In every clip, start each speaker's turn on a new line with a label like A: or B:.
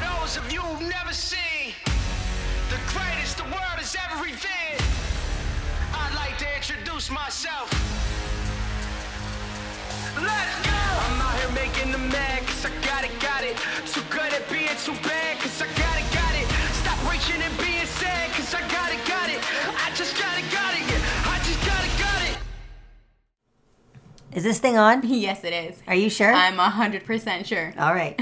A: those of you who've never seen the greatest the world has ever revealed, I'd like to introduce myself. Let's go! I'm out here making the mad, cause I got it, got it. Too good at being too bad, cause I got it, got it. Stop reaching and being sad, cause I got it, got it. I just got it, got it, yeah. I just got it, got it.
B: Is this thing on?
C: Yes, it is.
B: Are you sure?
C: I'm 100% sure.
B: All right.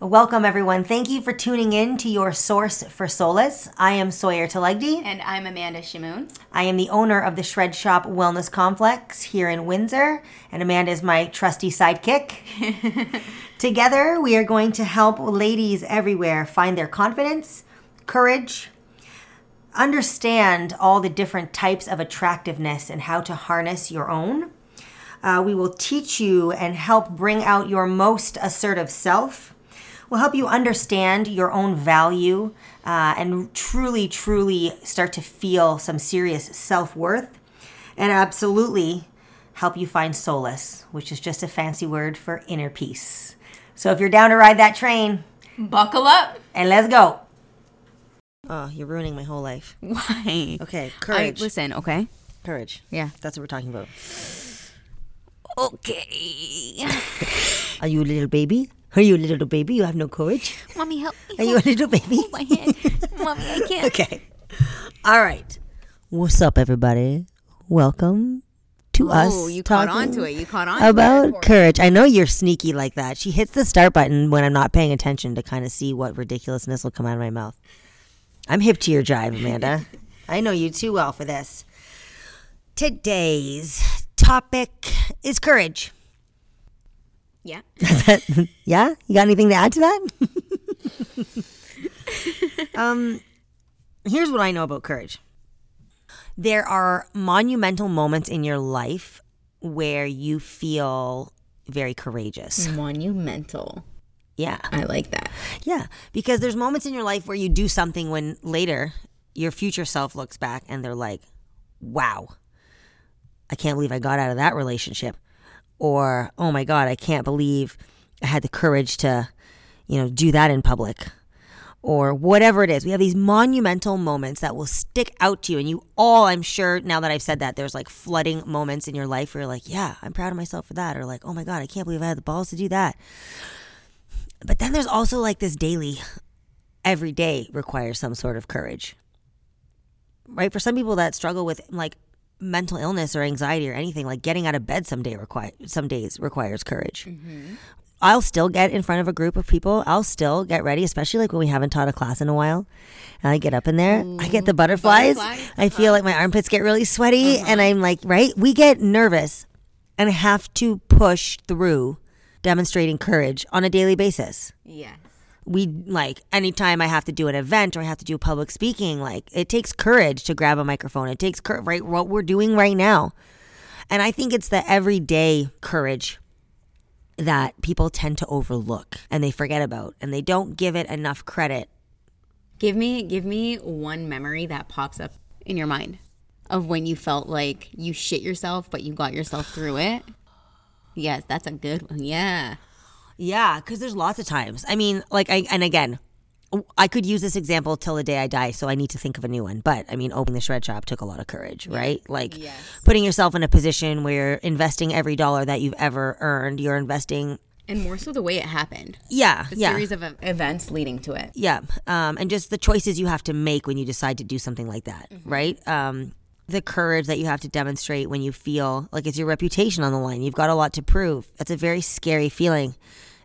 B: Welcome, everyone. Thank you for tuning in to your source for solace. I am Sawyer Telegdi.
C: And I'm Amanda Shimoon.
B: I am the owner of the Shred Shop Wellness Complex here in Windsor, and Amanda is my trusty sidekick. Together, we are going to help ladies everywhere find their confidence, courage, understand all the different types of attractiveness and how to harness your own. Uh, we will teach you and help bring out your most assertive self. We'll help you understand your own value uh, and truly, truly start to feel some serious self worth. And absolutely help you find solace, which is just a fancy word for inner peace. So if you're down to ride that train,
C: Buckle up.
B: and let's go. Oh, you're ruining my whole life.
C: Why?
B: Okay,
C: I,
B: courage.
C: listen, okay?
B: courage.
C: Yeah.
B: That's what we're talking about.
C: Okay.
B: Are you a little baby? Are you a little baby? You have no courage?
C: Mommy, help me.
B: Are you a little baby?
C: Oh my hand. Mommy, I can't.
B: okay. All right. What's up, everybody? Welcome to us.
C: Oh, you caught on
B: talking
C: to it. You caught on to
B: About
C: it.
B: courage. I know you're sneaky like that. She hits the start button when I'm not paying attention to kind of see what ridiculousness will come out of my mouth. I'm hip to your jive, Amanda. I know you too well for this. Today's topic is courage.
C: Yeah.
B: Yeah? You got anything to add to that? um, here's what I know about courage there are monumental moments in your life where you feel very courageous.
C: Monumental.
B: Yeah.
C: I like that.
B: Yeah. Because there's moments in your life where you do something when later your future self looks back and they're like, wow, I can't believe I got out of that relationship. Or, oh my God, I can't believe I had the courage to, you know, do that in public. Or whatever it is. We have these monumental moments that will stick out to you. And you all, I'm sure, now that I've said that, there's like flooding moments in your life where you're like, yeah, I'm proud of myself for that. Or like, oh my God, I can't believe I had the balls to do that. But then there's also like this daily, every day requires some sort of courage, right? For some people that struggle with like mental illness or anxiety or anything, like getting out of bed someday require some days requires courage. I'll still get in front of a group of people. I'll still get ready, especially like when we haven't taught a class in a while. And I get up in there, I get the butterflies.
C: butterflies.
B: I feel like my armpits get really sweaty, and I'm like, right? We get nervous and have to push through demonstrating courage on a daily basis
C: Yes.
B: we like anytime I have to do an event or I have to do public speaking, like it takes courage to grab a microphone. It takes courage, right? What we're doing right now. And I think it's the everyday courage that people tend to overlook and they forget about and they don't give it enough credit.
C: Give me give me one memory that pops up in your mind of when you felt like you shit yourself but you got yourself through it. Yes, that's a good one. Yeah.
B: Yeah, because there's lots of times. I mean, like, I, and again, I could use this example till the day I die, so I need to think of a new one. But I mean, opening the shred shop took a lot of courage, right? Like,
C: Yes.
B: putting yourself in a position where you're investing every dollar that you've ever earned, you're investing,
C: And more so the way it happened.
B: yeah,
C: The
B: yeah,
C: series of ev- events leading to it.
B: yeah, um, and just the choices you have to make when you decide to do something like that, right? Um, the courage that you have to demonstrate when you feel like it's your reputation on the line. You've got a lot to prove. That's a very scary feeling.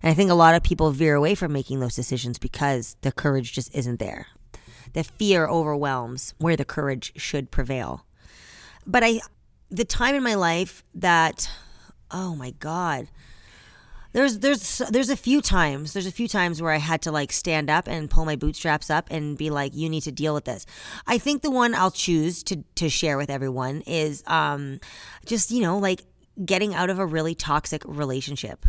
B: And I think a lot of people veer away from making those decisions because the courage just isn't there. The fear overwhelms where the courage should prevail. But I, the time in my life that, oh my God, there's there's there's a few times there's a few times where I had to like stand up and pull my bootstraps up and be like, you need to deal with this. I think the one I'll choose to to share with everyone is um, just you know like getting out of a really toxic relationship.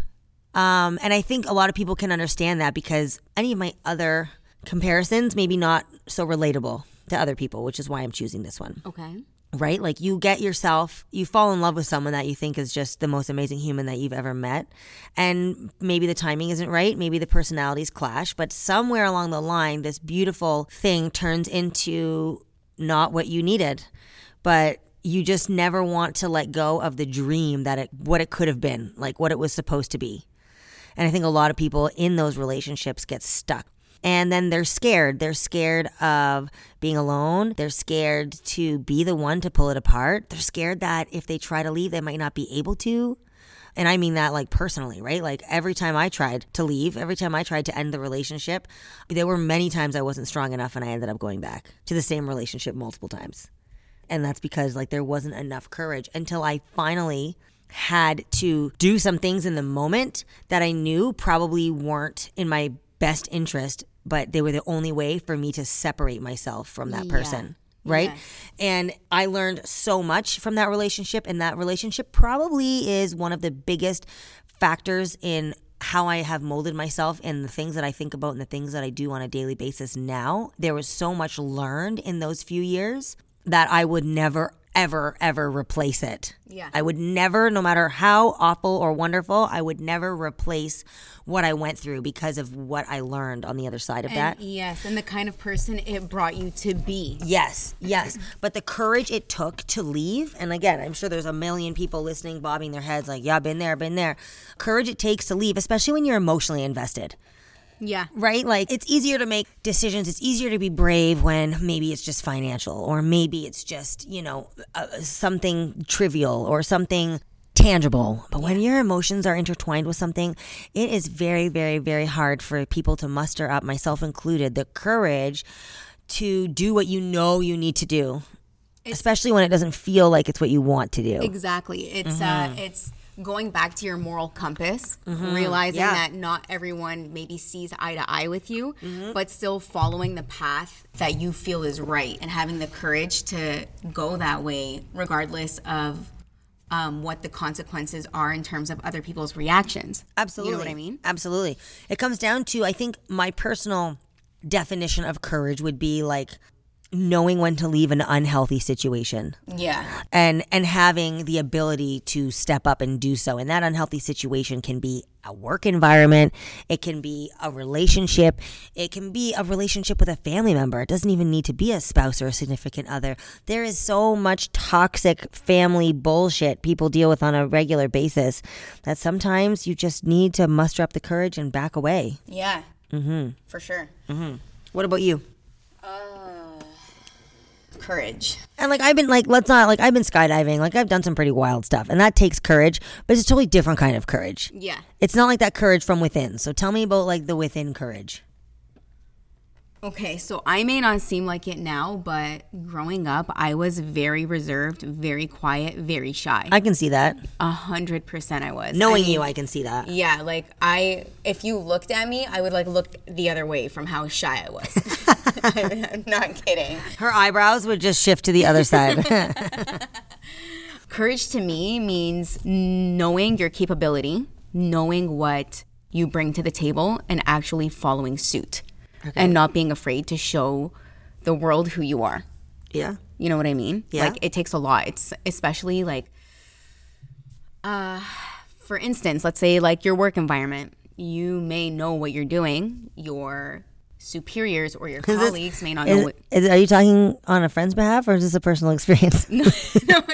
B: Um, and I think a lot of people can understand that because any of my other comparisons maybe not so relatable to other people, which is why I'm choosing this one.
C: Okay.
B: right? Like you get yourself, you fall in love with someone that you think is just the most amazing human that you've ever met. And maybe the timing isn't right, maybe the personalities clash, but somewhere along the line, this beautiful thing turns into not what you needed. But you just never want to let go of the dream that it, what it could have been, like what it was supposed to be. And I think a lot of people in those relationships get stuck. And then they're scared. They're scared of being alone. They're scared to be the one to pull it apart. They're scared that if they try to leave, they might not be able to. And I mean that like personally, right? Like every time I tried to leave, every time I tried to end the relationship, there were many times I wasn't strong enough and I ended up going back to the same relationship multiple times. And that's because like there wasn't enough courage until I finally had to do some things in the moment that I knew probably weren't in my best interest, but they were the only way for me to separate myself from that
C: Yeah.
B: person. Right.
C: Yes.
B: And I learned so much from that relationship. And that relationship probably is one of the biggest factors in how I have molded myself and the things that I think about and the things that I do on a daily basis now. There was so much learned in those few years that I would never, ever, ever replace it.
C: Yeah.
B: I would never, no matter how awful or wonderful, I would never replace what I went through because of what I learned on the other side of that.
C: And yes, and the kind of person it brought you to be.
B: Yes, yes. But the courage it took to leave, and again, I'm sure there's a million people listening, bobbing their heads like, yeah, been there, been there. Courage it takes to leave, especially when you're emotionally invested,
C: Yeah.
B: right? Like, it's easier to make decisions. It's easier to be brave when maybe it's just financial, or maybe it's just, you know, uh, something trivial or something tangible. But when your emotions are intertwined with something, it is very, very, very hard for people to muster up, myself included, the courage to do what you know you need to do, especially when it doesn't feel like it's what you want to do.
C: Exactly. It's uh, it's going back to your moral compass, realizing
B: Yeah.
C: that not everyone maybe sees eye to eye with you, but still following the path that you feel is right and having the courage to go that way, regardless of um, what the consequences are in terms of other people's reactions.
B: Absolutely.
C: You know what I mean?
B: Absolutely. It comes down to, I think, my personal definition of courage would be like knowing when to leave an unhealthy situation
C: Yeah.
B: and and having the ability to step up and do so and that unhealthy situation can be a work environment it can be a relationship it can be a relationship with a family member it doesn't even need to be a spouse or a significant other there is so much toxic family bullshit people deal with on a regular basis that sometimes you just need to muster up the courage and back away
C: Yeah. Mm-hmm. For sure.
B: what about you
C: Courage.
B: And like I've been like let's not like I've been skydiving like I've done some pretty wild stuff and that takes courage but it's a totally different kind of courage.
C: Yeah.
B: It's not like that courage from within. So tell me about like the within courage.
C: Okay, so I may not seem like it now, but growing up, I was very reserved, very quiet, very shy.
B: I can see that.
C: A hundred percent, I was.
B: Knowing
C: I mean,
B: you, I can see that.
C: Yeah, like I, if you looked at me, I would like look the other way from how shy I was. I'm not kidding.
B: Her eyebrows would just shift to the other side.
C: Courage to me means knowing your capability, knowing what you bring to the table, and actually following suit and not being afraid to show the world who you are.
B: yeah.
C: You know what I mean?
B: Yeah.
C: Like it takes a lot. It's especially like uh for instance, let's say like your work environment. You may know what you're doing. Your superiors or your colleagues may not know
B: Is,
C: what
B: is, are you talking on a friend's behalf or is this a personal experience?
C: no,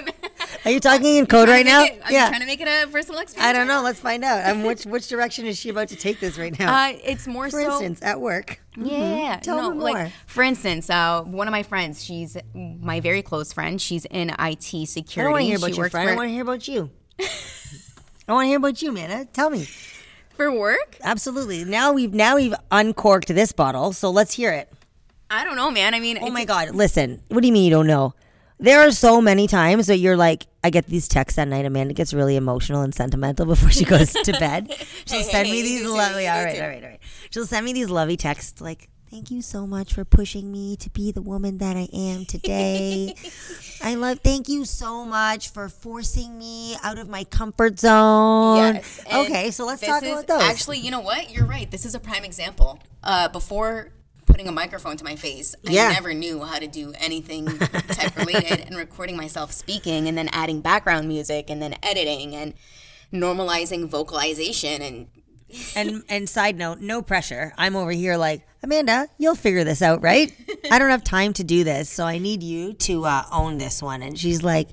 B: Are you talking in code right now?
C: I'm
B: yeah.
C: trying to make it a personal experience.
B: I don't know. Let's find out. Um which which direction is she about to take this right now?
C: Uh, it's more
B: For
C: so
B: instance, at work.
C: Yeah.
B: Tell
C: no,
B: me more.
C: Like, for instance, uh, one of my friends, she's my very close friend. She's in IT security.
B: I don't want to hear about
C: she
B: your
C: works
B: friend. I
C: For,
B: want to hear about you. I want to hear about you, man. Uh, Tell me.
C: for work?
B: Absolutely. Now we've now we've uncorked this bottle, so let's hear it.
C: I don't know, man. I mean,
B: Oh
C: it's-
B: my god, listen. What do you mean you don't know? There are so many times that you're like, I get these texts at night. Amanda gets really emotional and sentimental before she goes to bed. She'll
C: hey,
B: send
C: hey,
B: me
C: you
B: these
C: do too,
B: lovely.
C: you
B: All
C: do
B: right,
C: too.
B: all right, all right. She'll send me these lovey texts like, "Thank you so much for pushing me to be the woman that I am today. I love. Thank you so much for forcing me out of my comfort zone.
C: Yes. and
B: okay, so let's
C: this
B: talk
C: is-
B: about those.
C: Actually, you know what? You're right. This is a prime example. Uh, before putting a microphone to my face. I
B: Yeah.
C: never knew how to do anything tech related and recording myself speaking and then adding background music and then editing and normalizing vocalization and
B: And and side note, no pressure. I'm over here like Amanda. You'll figure this out, right? I don't have time to do this, so I need you to uh, own this one. And she's like,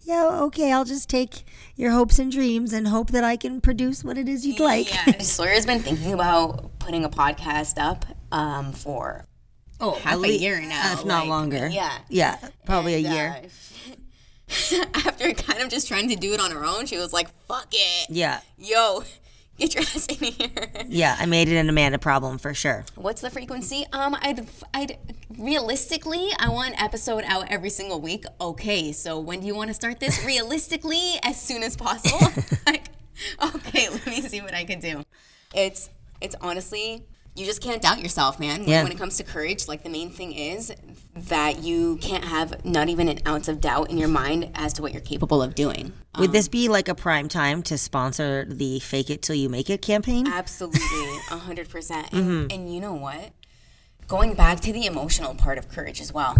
B: Yeah, okay. I'll just take your hopes and dreams and hope that I can produce what it is you'd like.
C: yeah. Sawyer's been thinking about putting a podcast up um, for oh half a
B: le-
C: year now,
B: if not
C: like,
B: longer.
C: Yeah,
B: yeah, probably a
C: And,
B: year.
C: uh, after kind of just trying to do it on her own, she was like, "Fuck it,
B: yeah,
C: yo, get your ass in here."
B: yeah. I made it an Amanda problem for sure.
C: What's the frequency? Um, I'd, I'd realistically, I want an episode out every single week. Okay, so when do you want to start this? realistically, as soon as possible. like, okay, let me see what I can do. It's, it's honestly, you just can't doubt yourself, man. Like,
B: Yeah.
C: When it comes to courage, like the main thing is that you can't have not even an ounce of doubt in your mind as to what you're capable of doing.
B: Would
C: Um,
B: this be like a prime time to sponsor the "Fake It Till You Make It" campaign?
C: Absolutely, a hundred percent.
B: Mm-hmm.
C: And and you know what? Going back to the emotional part of courage as well.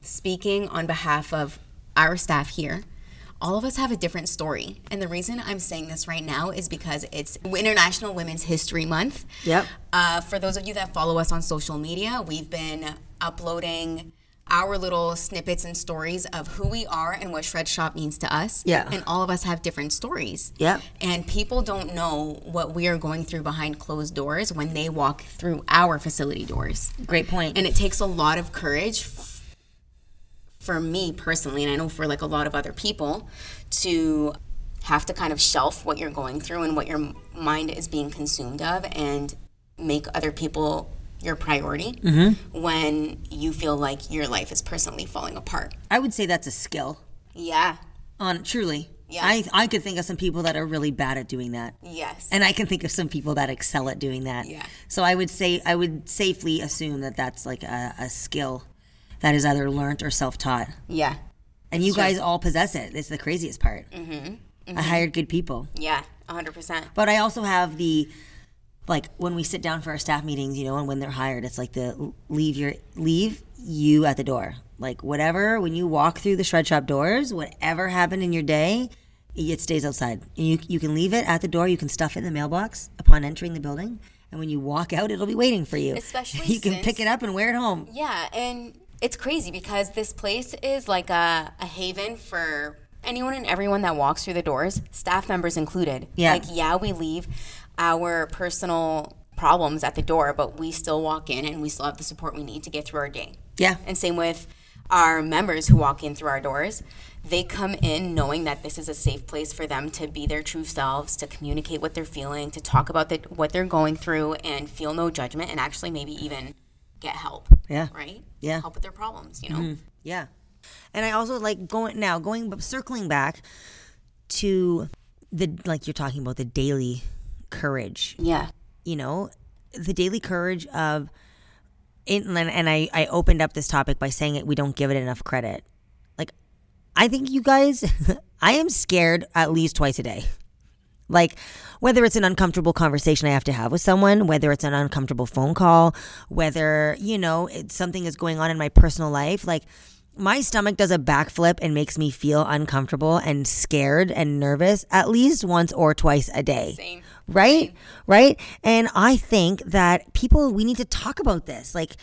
C: Speaking on behalf of our staff here, all of us have a different story. And the reason I'm saying this right now is because it's International Women's History Month.
B: Yep.
C: Uh, for those of you that follow us on social media, we've been uploading our little snippets and stories of who we are and what Shred Shop means to us.
B: Yeah.
C: And all of us have different stories.
B: Yep.
C: And people don't know what we are going through behind closed doors when they walk through our facility doors.
B: Great point.
C: And it takes a lot of courage f- for me personally, and I know for like a lot of other people, to have to kind of shelf what you're going through and what your m- mind is being consumed of and make other people your priority when you feel like your life is personally falling apart.
B: I would say that's a skill.
C: Yeah.
B: On truly,
C: Yeah.
B: I I could think of some people that are really bad at doing that.
C: Yes.
B: and I can think of some people that excel at doing that.
C: Yeah.
B: So I would say I would safely assume that that's like a, a skill that is either learnt or self-taught,
C: yeah.
B: and you guys all possess it. It's the craziest part. Mm-hmm. I hired good people,
C: Yeah. 100%.
B: but I also have the like when we sit down for our staff meetings, you know, and when they're hired, it's like the leave your leave you at the door. Like whatever when you walk through the shred shop doors, whatever happened in your day, it stays outside. You you can leave it at the door. You can stuff it in the mailbox upon entering the building, and when you walk out, it'll be waiting for you.
C: Especially
B: you can
C: since-
B: pick it up and wear it home.
C: Yeah, and it's crazy because this place is like a, a haven for anyone and everyone that walks through the doors, staff members included.
B: Yeah.
C: Like, yeah, we leave our personal problems at the door, but we still walk in and we still have the support we need to get through our day.
B: Yeah.
C: And same with our members who walk in through our doors. They come in knowing that this is a safe place for them to be their true selves, to communicate what they're feeling, to talk about the, what they're going through, and feel no judgment, and actually maybe even get help.
B: Yeah.
C: Right.
B: Yeah.
C: Help with their problems. You know.
B: Yeah. And I also like going now, going circling back to the like you're talking about the daily courage
C: Yeah.
B: you know, the daily courage of, and, and I, I opened up this topic by saying it, we don't give it enough credit. Like, I think you guys, I am scared at least twice a day. Like, whether it's an uncomfortable conversation I have to have with someone, whether it's an uncomfortable phone call, whether, you know, it's something is going on in my personal life, like, my stomach does a backflip and makes me feel uncomfortable and scared and nervous at least once or twice a day
C: Same.
B: right right and i think that people we need to talk about this like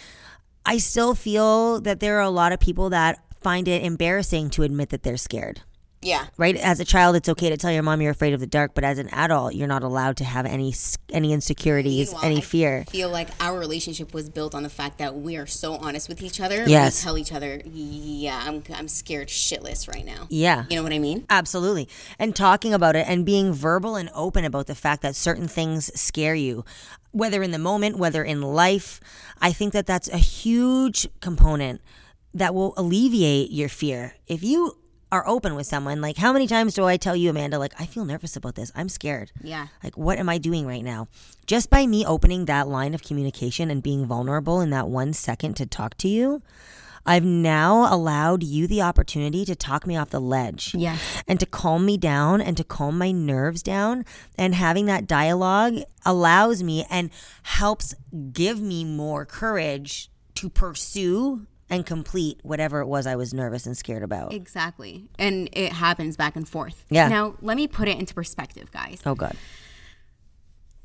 B: i still feel that there are a lot of people that find it embarrassing to admit that they're scared
C: Yeah.
B: right as a child it's okay to tell your mom you're afraid of the dark but as an adult you're not allowed to have any s- any insecurities
C: Meanwhile,
B: any
C: I
B: fear
C: feel like our relationship was built on the fact that we are so honest with each other.
B: Yes.
C: We tell each other, yeah, I'm, I'm scared shitless right now.
B: yeah
C: You know what I mean?
B: Absolutely. And talking about it and being verbal and open about the fact that certain things scare you, whether in the moment, whether in life. I think that that's a huge component that will alleviate your fear. If you are open with someone, like how many times do I tell you, Amanda, like, I feel nervous about this? I'm scared.
C: Yeah.
B: Like, what am I doing right now? Just by me opening that line of communication and being vulnerable in that one second to talk to you, I've now allowed you the opportunity to talk me off the ledge.
C: Yes.
B: And to calm me down and to calm my nerves down. And having that dialogue allows me and helps give me more courage to pursue and complete whatever it was I was nervous and scared about.
C: Exactly. And it happens back and forth.
B: Yeah.
C: Now, let me put it into perspective, guys.
B: Oh, God.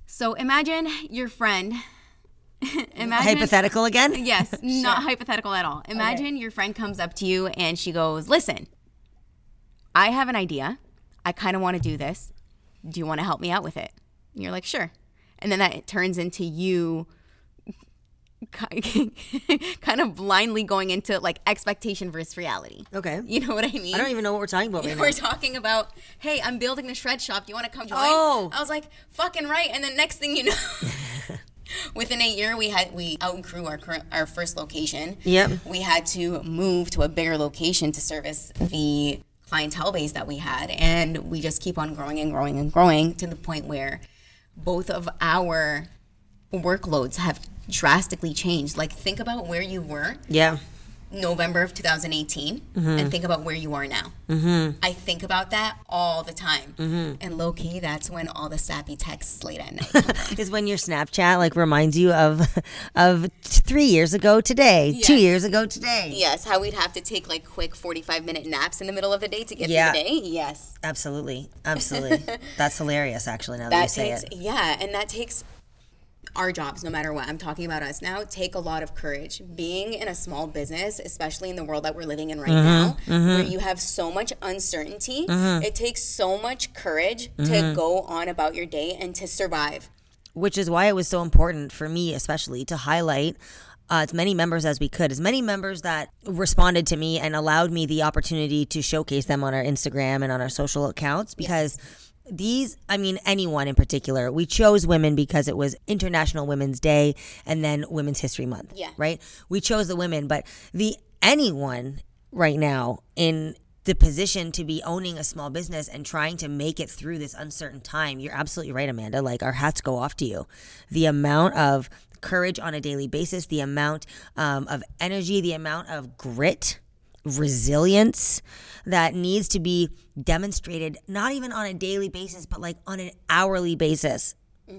C: So imagine your friend. imagine.
B: Hypothetical again?
C: Yes, not hypothetical at all. Imagine your friend comes up to you and she goes, Listen, I have an idea. I kind of want to do this. Do you want to help me out with it? And you're like, Sure. And then that turns into you ki- kind of blindly going into like expectation versus reality.
B: Okay.
C: You know what I mean?
B: I don't even know what we're talking about right now.
C: we're talking about, hey, I'm building a shred shop. Do you want to come join?
B: Oh.
C: I was like, fucking right. And then next thing you know, within a year, we had we outgrew our current, our first location.
B: Yep.
C: We had to move to a bigger location to service the clientele base that we had, and we just keep on growing and growing and growing to the point where both of our workloads have drastically changed. Like, think about where you were
B: Yeah.
C: November of 2018 and think about where you are now. Mm-hmm. I think about that all the time. And low key, that's when all the sappy texts late at night. come from.
B: Is when your Snapchat like reminds you of of t- three years ago today, two
C: Yes.
B: years ago today.
C: yes, how we'd have to take like quick 45 minute naps in the middle of the day to get
B: Yeah.
C: through the day. Yes.
B: Absolutely, absolutely. That's hilarious. Actually, now that, you
C: That
B: say
C: takes,
B: it,
C: yeah, and that takes our jobs, no matter what. I'm talking about us now, take a lot of courage. Being in a small business, especially in the world that we're living in right
B: Mm-hmm,
C: now, where you have so much uncertainty, it takes so much courage
B: Mm-hmm.
C: to go on about your day and to survive.
B: which is why it was so important for me, especially, to highlight. Uh, as many members as we could, as many members that responded to me and allowed me the opportunity to showcase them on our Instagram and on our social accounts because these, I mean, anyone in particular, we chose women because it was International Women's Day and then Women's History Month.
C: Yeah.
B: Right? We chose the women, but the anyone right now in the position to be owning a small business and trying to make it through this uncertain time, you're absolutely right, Amanda. Like, our hats go off to you. The amount of courage on a daily basis, the amount um, of energy, the amount of grit resilience that needs to be demonstrated not even on a daily basis but like on an hourly basis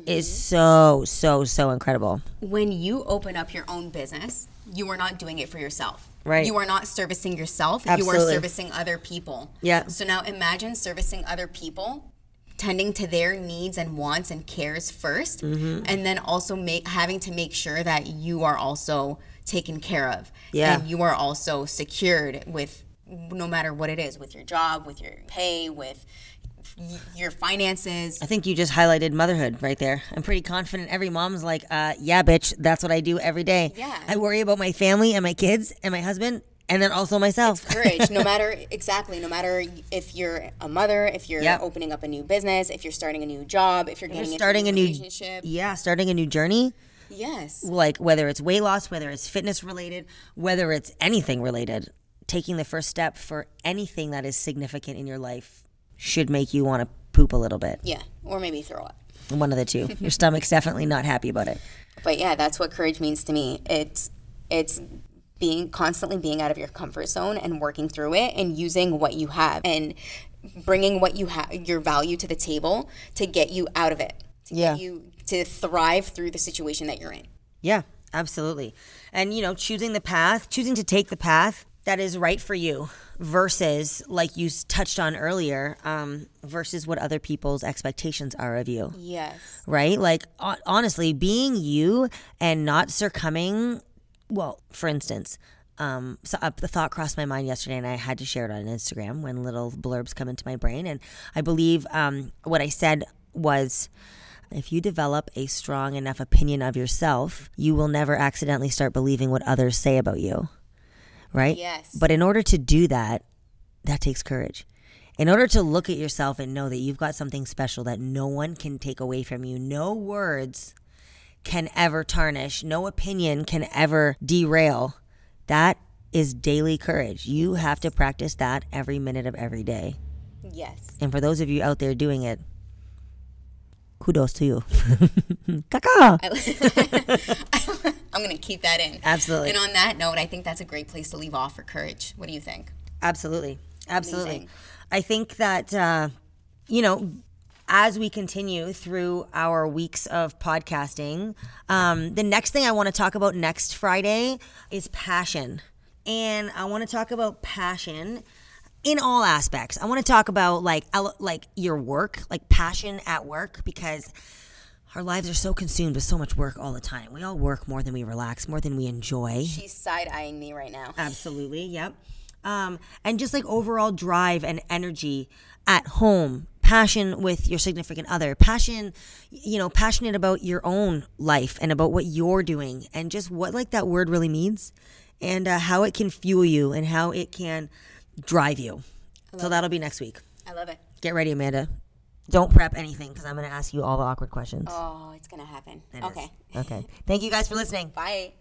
B: is so so so incredible
C: When you open up your own business, you are not doing it for yourself.
B: Right.
C: You are not servicing yourself. You
B: Absolutely.
C: are servicing other people.
B: Yeah.
C: So now imagine servicing other people, tending to their needs and wants and cares 1st
B: Mm-hmm.
C: and then also make having to make sure that you are also taken care of.
B: Yeah.
C: And you are also secured with no matter what it is, with your job, with your pay, with y- your finances.
B: I think you just highlighted motherhood right there. I'm pretty confident every mom's like, uh, yeah, bitch, that's what I do every day.
C: Yeah.
B: I worry about my family and my kids and my husband and then also myself.
C: courage no matter exactly no matter if you're a mother if you're
B: Yep.
C: opening up a new business if you're starting a new job if you're getting into
B: starting a new-
C: relationship
B: yeah, starting a new journey,
C: yes
B: like whether it's weight loss, whether it's fitness related, whether it's anything related, taking the first step for anything that is significant in your life should make you want to poop a little bit.
C: yeah or maybe throw up
B: One of the two. Your stomach's definitely not happy about it.
C: but yeah that's what courage means to me it's it's being constantly being out of your comfort zone and working through it and using what you have and bringing what you have your value to the table to get you out of it to
B: Yeah.
C: get you to thrive through the situation that you're in
B: Yeah, absolutely. And you know, choosing the path, choosing to take the path that is right for you versus like you s- touched on earlier, um versus what other people's expectations are of you.
C: yes
B: Right? Like hon- honestly, being you and not succumbing, well, for instance, um, so uh, the thought crossed my mind yesterday, and I had to share it on Instagram when little blurbs come into my brain. And I believe um, what I said was, if you develop a strong enough opinion of yourself, you will never accidentally start believing what others say about you. Right?
C: Yes.
B: But in order to do that, that takes courage. In order to look at yourself and know that you've got something special that no one can take away from you, no words can ever tarnish, no opinion can ever derail, that is daily courage. You have to practice that every minute of every day.
C: yes
B: And for those of you out there doing it, kudos to you. Kaka!
C: I I'm going to keep that in.
B: Absolutely.
C: And on that note, I think that's a great place to leave off for courage. What do you think?
B: Absolutely. Absolutely.
C: Amazing.
B: I think that, uh, you know, as we continue through our weeks of podcasting, um, the next thing I want to talk about next Friday is passion. And I want to talk about passion in all aspects. I want to talk about like ele- like your work, like passion at work because our lives are so consumed with so much work all the time. We all work more than we relax, more than we enjoy.
C: She's side eyeing me right now.
B: Absolutely. Yep. Um, and just like overall drive and energy at home, passion with your significant other, passion, you know, passionate about your own life and about what you're doing and just what like that word really means and uh, how it can fuel you and how it can drive you. So that'll be next week.
C: I love it.
B: Get ready, Amanda. Don't prep anything because I'm going to ask you all the awkward questions.
C: Oh, it's going to happen.
B: It is.
C: Oh, okay.
B: Okay. Thank you guys for listening.
C: Bye.